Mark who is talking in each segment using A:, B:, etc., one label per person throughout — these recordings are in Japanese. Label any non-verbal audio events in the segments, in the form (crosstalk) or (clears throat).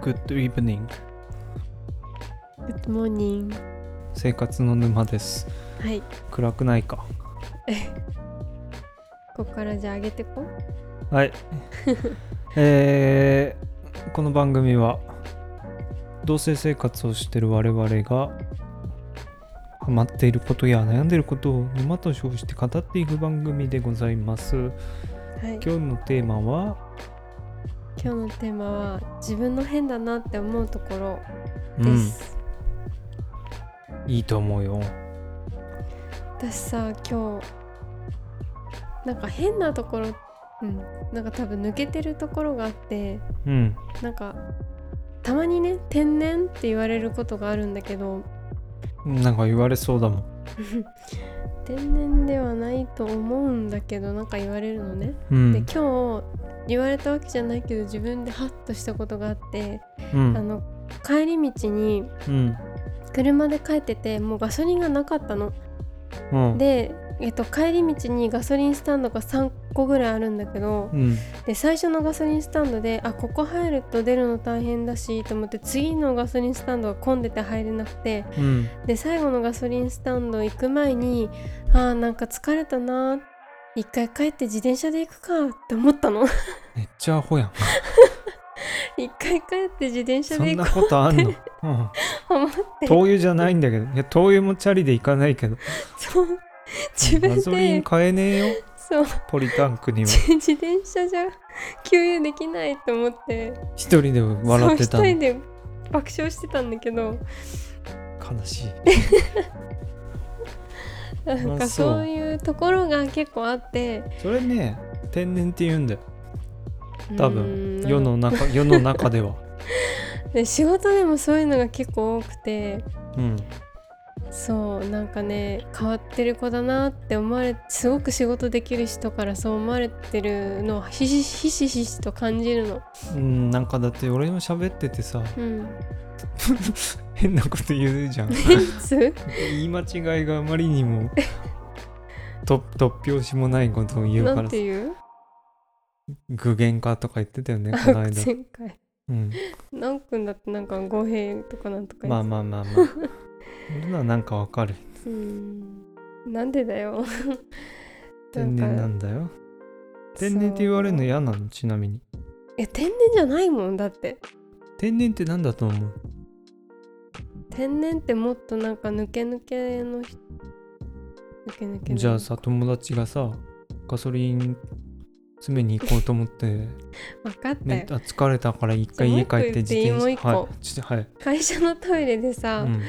A: Good evening
B: Good morning
A: 生活の沼です
B: はい
A: 暗くないか
B: ここからじゃあ上げてこ
A: はい
B: (laughs)
A: えー、この番組は同性生活をしてる我々がハマっていることや悩んでいることを沼と称して語っていく番組でございます
B: はい今
A: 今日のテーマは
B: 日のテーマは自分の変だなって思うところ
A: う
B: で
A: ん
B: す、
A: いいと思うよ
B: 私さ今日なんか変なところうんなんか多分抜けてるところがあって
A: うん
B: なんかたまにね天然って言われることがあるんだけど
A: なんか言われそうだもん
B: 天然ではないと思うんだけどなんか言われるのね、
A: う
B: で
A: ん
B: 今日言われたわけじゃないけど自分でハッとしたことがあって、
A: う
B: あ
A: ん
B: の帰り道に
A: うん
B: 車で帰っててもうガソリンがなかったの。
A: うん
B: で、えっと、帰り道にガソリンスタンドが3個ぐらいあるんだけど
A: うん
B: で最初のガソリンスタンドであここ入ると出るの大変だしと思って次のガソリンスタンドが混んでて入れなくて
A: うん
B: で最後のガソリンスタンド行く前にあーなんか疲れたな一回帰って自転車で行くかって思ったの (laughs)
A: めっちゃアホやん
B: 一回帰って自転車
A: そ
B: で
A: ん
B: 行
A: な
B: こ
A: ことあんの、うん、
B: う思って
A: 灯油じゃないんだけどいや灯油もチャリで行かないけど
B: そう自分
A: ガソリン
B: で
A: 買えねえよ
B: そう
A: ポリタンクには
B: 自自転車じゃ給油できないと思って
A: 一人で笑ってた
B: そう
A: の
B: 一人
A: 悲
B: で爆笑してたんだけど
A: しい
B: なんか
A: そう
B: そういうところが結構あって
A: それね天然って言うんだよ多分
B: うーん
A: 世の中世の中では
B: で仕事でもそういうのが結構多くて
A: うん
B: そうなんかね変わってる子だなって思われすごく仕事できる人からそう思われてるのをひしひしひしと感じるの。
A: うんなんかだって俺も喋っててさ
B: うん、
A: 変なこと言うじゃん
B: いつ
A: 言い間違いがあまりにもと突拍子もないことを言う
B: な
A: か
B: ん
A: ら
B: ていう
A: 具現化とか言ってたよねこの間、
B: 前回。
A: うん、
B: ナオくんだってなんか語弊とかなんとか言って
A: まあまあまあまあ俺らなんかわかる
B: うーんなんでだよ
A: 天然
B: (laughs) な
A: なん
B: か
A: んだよ天然って言われるの嫌なのちなみに
B: いや天然じゃないもんだって
A: 天然って何だと思う
B: 天然ってもっとなんか抜け抜けの人抜け抜けの
A: じゃあさ友達がさガソリン詰めに行こうと思って、
B: 分かったよ
A: ね、あ疲れたから一回
B: じゃあ
A: 家帰って
B: もう一個
A: 自
B: 言っていいもう
A: 転
B: 一
A: 車
B: 個
A: はいちょはい
B: 会社のトイレでさ、
A: うん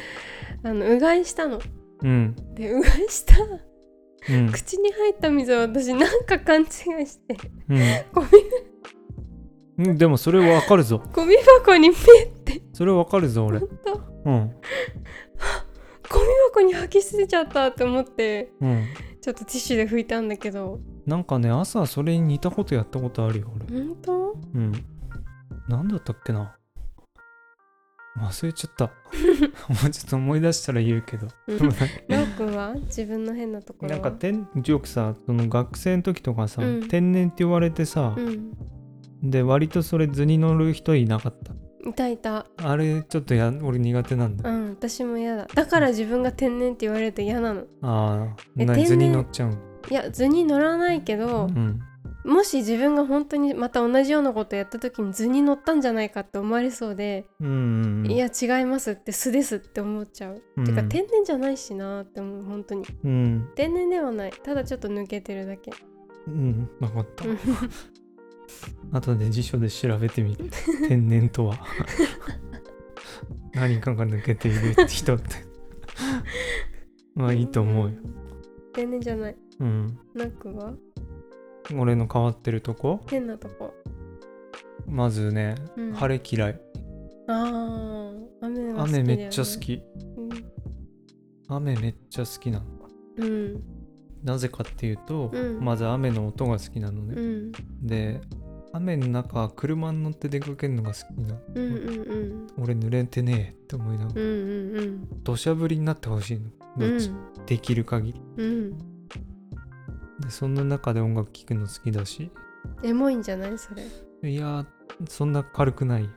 B: あのうがいしたの
A: うん
B: でうがい
A: (laughs)
B: した
A: うん
B: 口に入った水を私なんか勘違いして (laughs) ゴミ
A: うんうんでもそれわかるぞ
B: ゴミ箱にゴ
A: それわかるぞ俺
B: 本当
A: うん
B: ミ箱に吐き捨てちゃったと思って
A: うん
B: ちょっとティッシュで拭いたんだけど
A: なんかね朝それに似たことやったことあるよ俺
B: 本当
A: うん。なんだったっけな忘れちゃ
B: (laughs)
A: った。もうちょっと思い出したら言うけど。
B: ナオくんは自分の変なところ
A: な
B: は
A: んかてんよくさその学生の時とかさ、
B: うん
A: 天然って言われてさ
B: う、ん
A: で割とそれ図に乗る人いなかっ
B: いたいた
A: たあれちょっとや俺苦手なんだ、
B: う
A: あ
B: ん私も嫌だだから自分が天然って言われると嫌なの
A: あー
B: え
A: な
B: 天然
A: 図に乗っちゃう
B: いや図に乗らないけど
A: う、ん
B: もし自分が本当にまた同じようなことやった時に図に乗ったんじゃないかって思われそうで、
A: うんうんうん
B: いや違いますって素ですって思っちゃう、
A: うん
B: てか天然じゃないしなーって思う本当に
A: うん
B: 天然ではないただちょっと抜けてるだけ
A: うん分かった
B: うん
A: 後で辞書で調べてみ
B: (laughs)
A: る天然とは何かが抜けている人ってまあいいと思うよ、
B: 天然じゃない
A: うん、
B: ナックは
A: 俺の変わってるとこ
B: 変なとこ、
A: まずね
B: うん、
A: 晴れ嫌い
B: あー雨は好きだ
A: 雨
B: よ、ね、
A: めっちゃ好き雨めっちゃ好きなの
B: うんうん
A: なぜかっていうと、
B: うん
A: まず雨の音が好きなの
B: う
A: ね、
B: ん
A: で雨の中車に乗って出かけるのが好きなの
B: うんうんうん
A: 俺濡れてねえって思いなが
B: う
A: ら
B: んうんうん
A: 土砂降りになってほしいのどっち、できる限り
B: うん、
A: でそんな中で音楽聴くの好きだし
B: エモいんじゃないそれ (laughs)
A: いやーそんな軽くない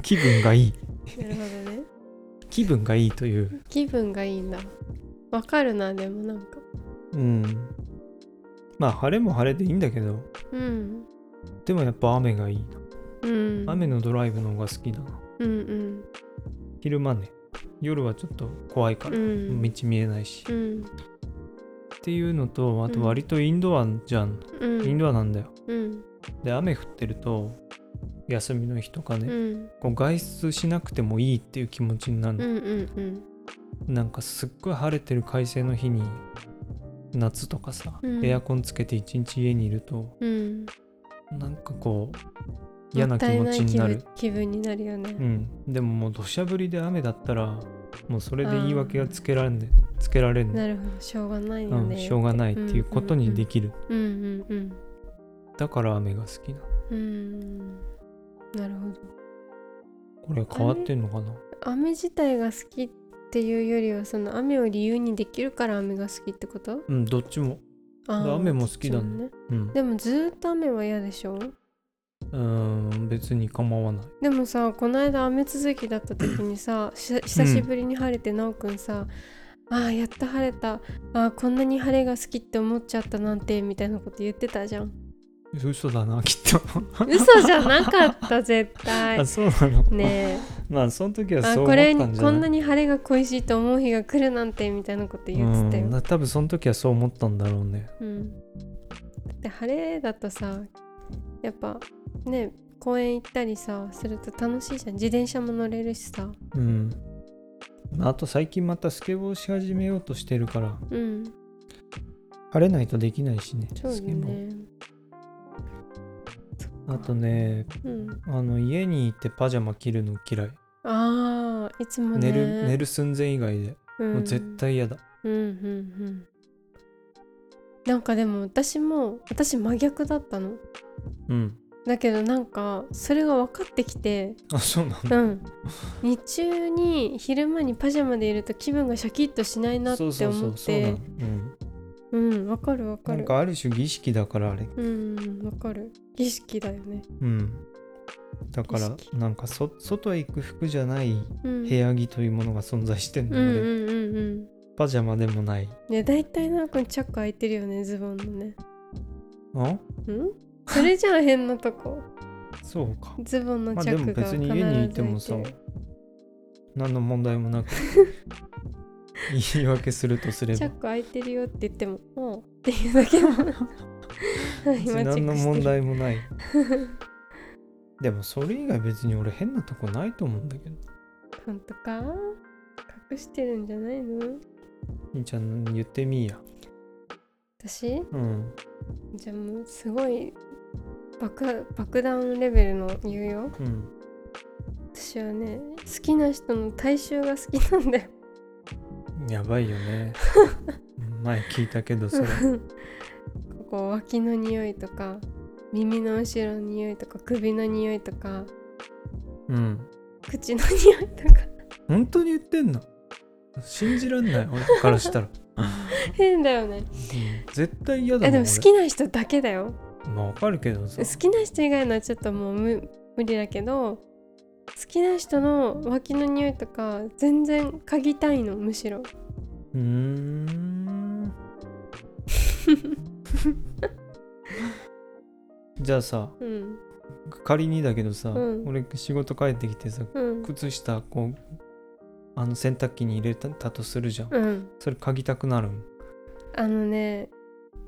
A: 気分がいい
B: なるほどね
A: 気分がいいという
B: 気分がいいんだわかるなでもなんか
A: うんまあ晴れも晴れでいいんだけど
B: うん
A: でもやっぱ雨がいい
B: うん
A: 雨のドライブの方が好きだな
B: うん
A: 昼間ね夜はちょっと怖いか
B: うんう
A: ら、
B: ん
A: 道見えないし、っ
B: うん
A: ていうのとあと
B: うん
A: 割とインドアじゃん、
B: うん
A: インドアなんだよ
B: うん
A: で雨降ってると休みの日とかね、
B: うん
A: こう外出しなくてもいいっていう気持ちになる
B: う
A: の、
B: んうん
A: なんかすっごい晴れてる快晴の日に夏とかさ、
B: うん
A: エアコンつけて一日家にいると
B: うん
A: なんかこう嫌な気持ちになる
B: もったいい気分気分になるよね
A: うん、でももう土砂降りで雨だったらもうそれで言い訳がつけられんでつけられんね
B: なるほどしょうがないよ
A: うん、
B: ね
A: しょうがないっていうことにできる、
B: うんうんうん
A: だから雨が好きな
B: うんなるほ
A: こ
B: ど
A: れ変わってんのかな
B: 雨自体が好きっていうよりはその雨を理由にできるから雨が好きってこと
A: うんどっちも
B: あー
A: 雨も好きだね
B: そ
A: う
B: う
A: ん
B: でもずーっと雨は嫌でしょ
A: うーん別に構わない
B: でもさこの間雨続きだった時
A: (clears throat)
B: にさし久しぶりに晴れてなおくんさ「あーやっと晴れたあーこんなに晴れが好きって思っちゃったなんて」みたいなこと言ってたじゃ
A: (laughs)
B: ん
A: 嘘だなきっと
B: 嘘じゃなかった絶対
A: (laughs) あそうなの、
B: ねえ
A: まあその時は
B: あ
A: そう思っ
B: これ
A: たん
B: に
A: じゃ
B: こん
A: な
B: ないに晴れが恋しいと思う日が来るなんてみたいなこと言ってた
A: うん
B: よ、
A: な多分その時はそう思ったんだろうね
B: うん、だって晴れだとさやっぱね公園行ったりさすると楽しいじゃん自転車も乗れるしさ
A: うんまああと最近またスケボーし始めようとしてるから
B: うん
A: 晴れないとできないしね
B: そう
A: ス
B: だ
A: ケ
B: よ
A: ボー
B: ね
A: あとね
B: うん
A: あの家にいてパジャマ着るの嫌い、
B: あーいつもね
A: 寝る寝る寸前以外で、
B: うん
A: もう絶対嫌だ
B: うんうんうんなんかでも私も私真逆だったの
A: うん
B: だけどなんかそれが分かってきて
A: あそうなんだ
B: うん、日中に昼間にパジャマでいると気分がシャキッとしないなって
A: そ
B: 思
A: うそ
B: っ
A: うそうそうな
B: て
A: のうん
B: うんわかるわか
A: なん
B: る
A: かある種儀式だからあれ
B: うんわかる儀式だよね、
A: うんだか
B: 儀
A: ら
B: 式
A: なんかそ外へ行く服じゃない
B: うん、
A: 部屋着というものが存在してん
B: う
A: の
B: んうん
A: 俺、
B: うんうん
A: パジャマでもない
B: ね大体なんかチャック開いてるよねズボンのね
A: あ
B: うんそれじゃあ変なとこ
A: そうか
B: ズボンの
A: まあ
B: チ
A: で
B: ャッ
A: も
B: クが
A: 別
B: 必
A: に
B: ず
A: 家
B: 開
A: に
B: い
A: い
B: て
A: て
B: る
A: もさ何の問題も
B: (laughs)
A: なく言い訳するとすれ
B: チャッ
A: ば
B: ク開いてるよって言っても「おう」っていうだ
A: (laughs)
B: けのはい今チェックして
A: 何
B: る
A: の問題も
B: (laughs)
A: ないでもそれ以外別に俺変なとこないと思うんだけど
B: 本当か隠してるんじゃないの
A: 兄ちゃん言ってみいや
B: 私
A: うん
B: じゃあもうすごい爆爆弾レベルの言うよ
A: うん
B: 私はね好きな人の体臭が好きなんだよ (laughs)
A: やばいよね前聞いたけどそれ
B: ここ脇の匂いとか耳の後ろの匂いとか首の匂いとか
A: うん
B: 口の匂いとか (laughs)
A: 本当に言ってんの信じらんない俺からしたら、
B: 変だよね
A: うん絶対嫌だもん
B: えでも好きな人だけだよ
A: 俺まあわかるけどさ
B: 好きな人以外のはちょっともう無無理だけど好きな人の脇の匂いとか全然嗅ぎたいのむしろ
A: うーんじゃあさ
B: うん
A: 仮にだけどさ、
B: うん
A: 俺仕事帰ってきてさ
B: うん
A: 靴下こうあの洗濯機に入れたたとするじゃん
B: うん
A: それ嗅ぎたくなる
B: (laughs)
A: ん
B: あのね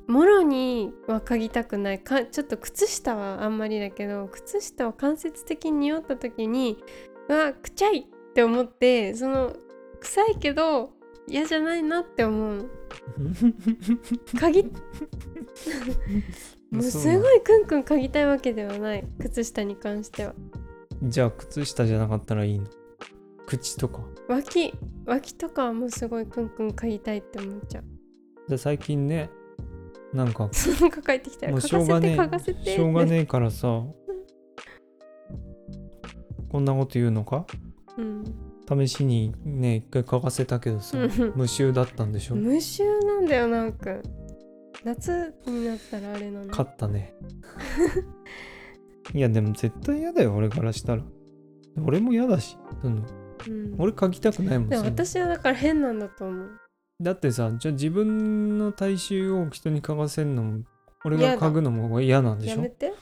B: もろには嗅ぎたくないかちょっと靴下はあんまりだけど靴下を間接的に匂った時にうわくちゃいって思ってその臭いけど嫌じゃないなって思う嗅ぎもう
A: そう
B: す
A: なの
B: ごいクンクン嗅ぎたいわけではない靴下に関しては
A: じゃあ靴下じゃなかったらいいの口とか
B: 脇脇とかはもうすごいクンクン嗅ぎたいって思っちゃう (laughs)
A: じゃあ最近ねなんか
B: そのか帰ってきたら
A: もう
B: 嗅
A: しょうが
B: がせて
A: ね
B: 嗅がせて
A: えしょうがねえからさこんなこと言うのか
B: うん
A: 試しにね一回嗅がせたけどさ
B: うん
A: 無臭だったんでしょ
B: 無臭なんだよなん (laughs) か夏になったらあれなの
A: 勝ったねいやでも絶対嫌だよ俺からしたら俺も嫌だしその
B: うん、
A: 俺書きたくないもん
B: でも
A: その
B: 私はだから変なんだと思う
A: だってさじゃあ自分の体臭を人に嗅がせるのも俺が
B: 嫌だ
A: 嗅ぐのも嫌なんで
B: や
A: しょ
B: めて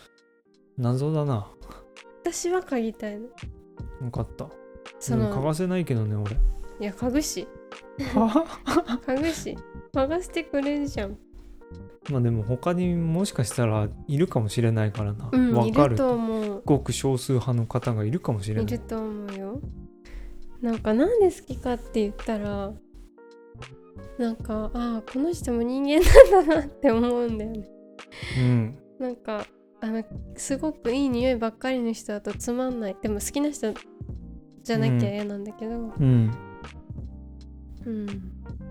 A: 謎だな
B: 私は嗅ぎたいの
A: 分かった
B: そ
A: でも嗅
B: の
A: がせないけどね
B: (laughs)
A: 俺
B: いや嗅ぐし
A: は
B: 嗅ぐし嗅がせてくれるじゃん
A: まあでも他にもしかしたらいるかもしれないからな、わ
B: うんい
A: か
B: る
A: る
B: と
A: ご
B: 思う
A: く少数派の方がいるかもしれない
B: いると思うよなんかなんで好きかって言ったらなんかああこの人も人間なんだなって思うんだよね
A: うん
B: なんかあのすごくいい匂いばっかりの人だとつまんないでも好きな人じゃなきゃ嫌なんだけどうん、
A: うん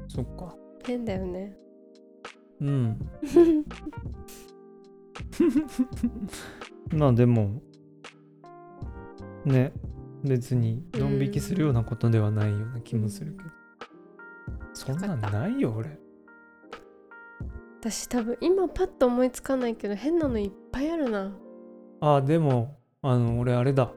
A: そっか
B: 変だよね
A: うん (laughs) まあでもね別にドン引きするようなことではないような気もするけど、そんなんないよ俺
B: 私多分今パッと思いつかないけど変なのいっぱいあるな
A: あでもあの俺あれだ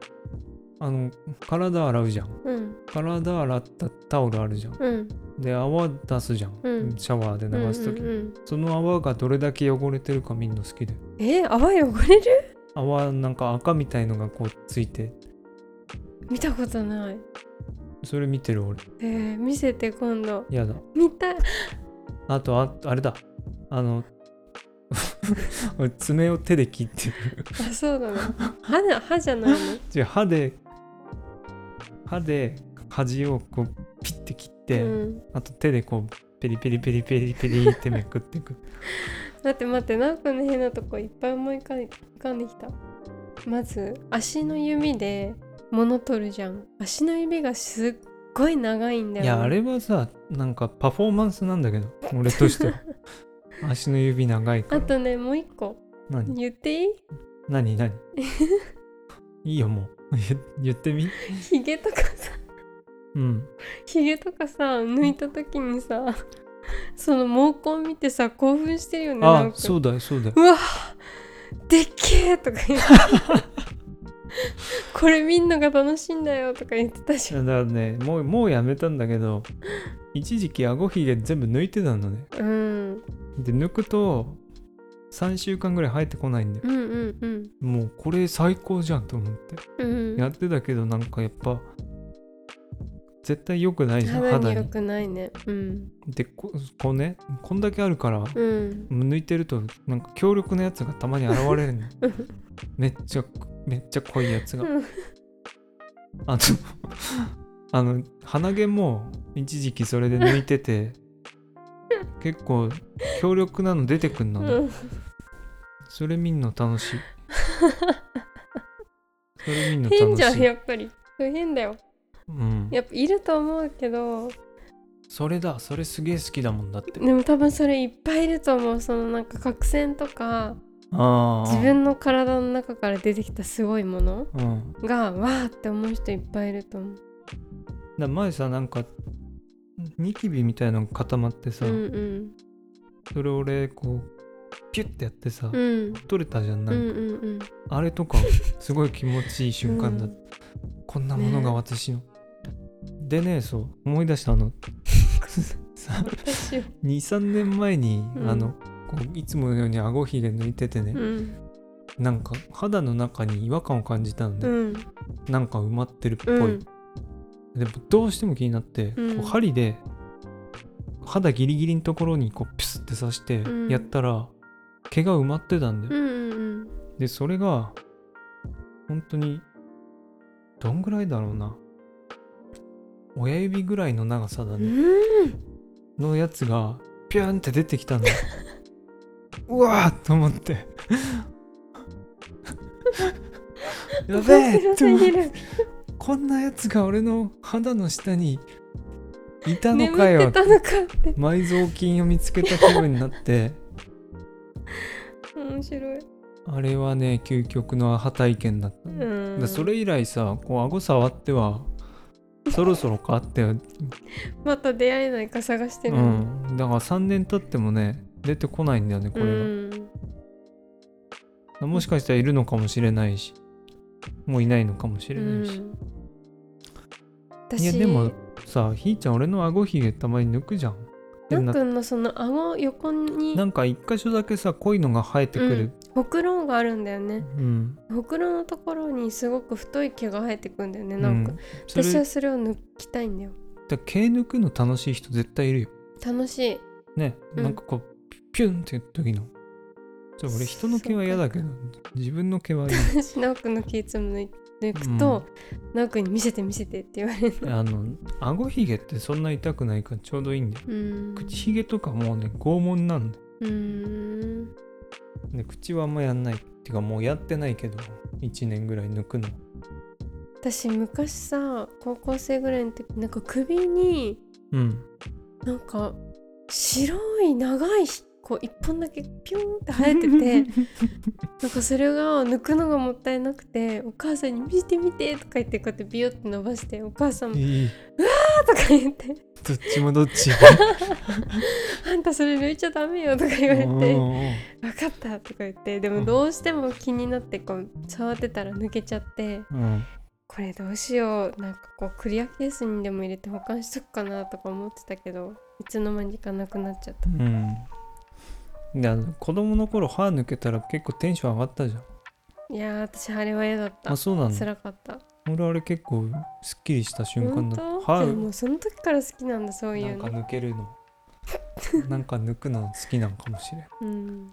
A: あの体洗うじゃん
B: うん
A: 体洗ったタオルあるじゃん
B: うん
A: で泡出すじゃん、
B: うん
A: シャワーで流す時、
B: うんうんうん
A: その泡がどれだけ汚れてるか見るの好きで
B: えー泡汚れる
A: 泡なんか赤みたいのがこうついて
B: 見たことない
A: それ見てる俺
B: えー、見せて今度
A: やだ
B: 見たい
A: あとああれだあの (laughs) 俺爪を手で切ってる
B: あそうだな歯な歯じゃないの
A: 違う歯で歯で端をこうピッて切って、
B: うん、
A: あと手でこうペリペリペリペリペリってめくってい
B: (laughs)
A: く
B: 待って待ってなんかの変なとこいっぱい思い浮かん浮かんできたまず足の指で物取るじゃん足の指がすっごい長いんだよ
A: いやあれはさなんかパフォーマンスなんだけど俺として
B: (laughs)
A: は足の指長いか
B: あ
A: ら
B: とねもう一個
A: 何
B: 言っていい
A: 何
B: (laughs)
A: 何いいよもう (laughs) 言言ってみ
B: ひげとかさ
A: うん
B: ひげとかさ抜いた時にさその毛根見てさ興奮してるよねな
A: あ
B: んか
A: そうだよそうだよ
B: うわでっけえとか言って
A: (laughs)
B: これ見んのが楽しいんだよとか言ってた
A: い
B: じゃん
A: やだからねもうもうやめたんだけど一時期あごひげ全部抜いてたのね
B: うん
A: で抜くと3週間ぐらい生えてこないんだよ
B: うんうんうん
A: もうこれ最高じゃんと思って
B: うん
A: やってたけどなんかやっぱ絶対良くないじゃん
B: 肌
A: 肌
B: に良
A: に
B: くないねうん
A: でここうねこんだけあるから
B: うん
A: 抜いてるとなんか強力なやつがたまに現れる
B: (laughs)
A: のめっちゃめっちゃ濃いやつが
B: うん (laughs)
A: あの (laughs) あの鼻毛も一時期それで抜いて
B: (laughs)
A: て結構強力なの出てくんのね、
B: うん
A: それ見んの楽
B: (laughs)
A: しいそれ見んの楽しい
B: 変じゃんやっぱり変だよ
A: うん、
B: やっぱいると思うけど
A: それだそれすげえ好きだもんだって
B: でも多分それいっぱいいると思うそのなんか角栓とか
A: ああ
B: 自分の体の中から出てきたすごいもの
A: うんだか
B: がわーって思う人いっぱいいると思う
A: ら前さなんかニキビみたいなの固まってさ、
B: うんうん
A: それ俺こうピュッてやってさ、
B: うん
A: 取れたじゃんな
B: うん
A: か、
B: んうんうん
A: あれとかすごい気持ちいい瞬間だった、こんなものが私の、でねそう思い出したあの (laughs)
B: 私は
A: 23年前に、
B: うん
A: あのこういつものようにあごひげ抜いててね
B: う、ん
A: なんか肌の中に違和感を感じたの
B: う
A: で、
B: ん
A: なんか埋まってるっぽ
B: う
A: い、
B: ん
A: でもどうしても気になって、
B: うん
A: こう針で肌ギリギリのところにこうピュスって刺して
B: うん
A: やったら、毛が埋まってたんだよ
B: うんうん
A: でそれが本当にどんぐらいだろうな親指ぐらいの長さだ
B: う
A: ね、
B: ん
A: のやつがピューンって出てきたの
B: (laughs)
A: うわーっと思ってやべえ
B: 面
A: っ
B: 白
A: て
B: す
A: 思っ
B: ぎ
A: て
B: る
A: こんなやつが俺の肌の下にいたの
B: 眠
A: か
B: って
A: よ
B: たのかって
A: 埋蔵金を見つけた気分になって
B: 面白い
A: あれはね究極のアハ体験だった、
B: う
A: で
B: ん
A: それ以来さこう顎触ってはそろそろかって、う
B: また出会えないか探してるの
A: ん、だから3年経ってもね出てこないんだよねこ
B: う
A: れが、
B: ん
A: もしかしたらいるのかもしれないしもういないのかもしれないし、
B: うん、
A: い
B: 私
A: やでもさひーちゃん俺の顎ひげたまに抜くじゃんで
B: な
A: なん
B: くんのその顎横に
A: なんか一箇所だけさ濃いのが生えてくる、
B: ほくろがあるんだよね
A: うん
B: ほくろのところにすごく太い毛が生えてくんだよね
A: う
B: なんか、
A: それ
B: 私
A: だ
B: はそれを抜きたいんだよ
A: 毛抜くの楽しい人絶対いるよ
B: 楽しい
A: ね、
B: うん
A: なんかこうピュンって時のちょ俺人の毛は嫌だけど自分の毛はいい
B: 私直くんの毛いつも抜くと、直くんに見せて見せてって言われる
A: あの顎ひげってそんな痛くないからちょうどいいんだよ
B: うん
A: 口ひげとかもうね拷問なんだよ
B: うん
A: で口はあんまやんないっていうかもうやってないけど1年ぐらい抜くの
B: 私昔さ高校生ぐらいの時なんか首に
A: うん
B: なんか白い長いこう一本だけピューンって生えて
A: (laughs)
B: てなんかそれが抜くのがもったいなくてお母さんに「見て見て」とか言ってこうやってビヨって伸ばしてお母さんも
A: いい
B: 「あ」とか言って
A: どっちもどっち
B: 「あんたそれ抜いちゃダメよ」とか (laughs) 言われて「分かった」とか言ってでもどうしても気になってこう触ってたら抜けちゃって
A: うん
B: これどうしようなんかこうクリアケースにでも入れて保管しとくかなとか思ってたけどいつの間にかなくなっちゃった
A: うんであの子供の頃歯抜けたら結構テンション上がったじゃん
B: いやー私あれは嫌だった
A: あそうなんだ
B: 辛かった
A: 俺あれ結構すっきりした瞬間
B: 本
A: だ
B: 当
A: 歯
B: でもその時から好きなんだそうい
A: な
B: うん
A: か
B: の、
A: 抜ける
B: (laughs)
A: のなんか抜くの好きなのかもしれん
B: うん、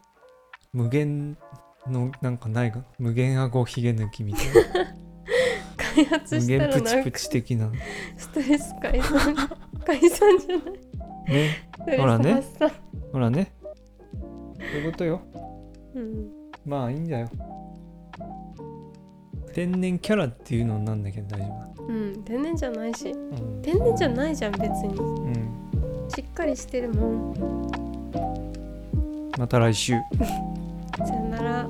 A: 無限のなんかないが無限顎ひげ抜きみた
B: (laughs)
A: いな
B: 開発
A: 無
B: したら
A: 限プ
B: なんか
A: チプチ的な
B: ストレス解散解散じゃない
A: ね
B: ストレス
A: ほらね
B: 発散、
A: ほらねそういうことよ
B: うん、
A: まあいいんだよ天然キャラっていうのなんだけど大丈
B: うん、天然じゃないし
A: 夫うん
B: 天然じゃないじゃん別に
A: うん
B: しっかりしてるもん
A: また来週
B: さよなら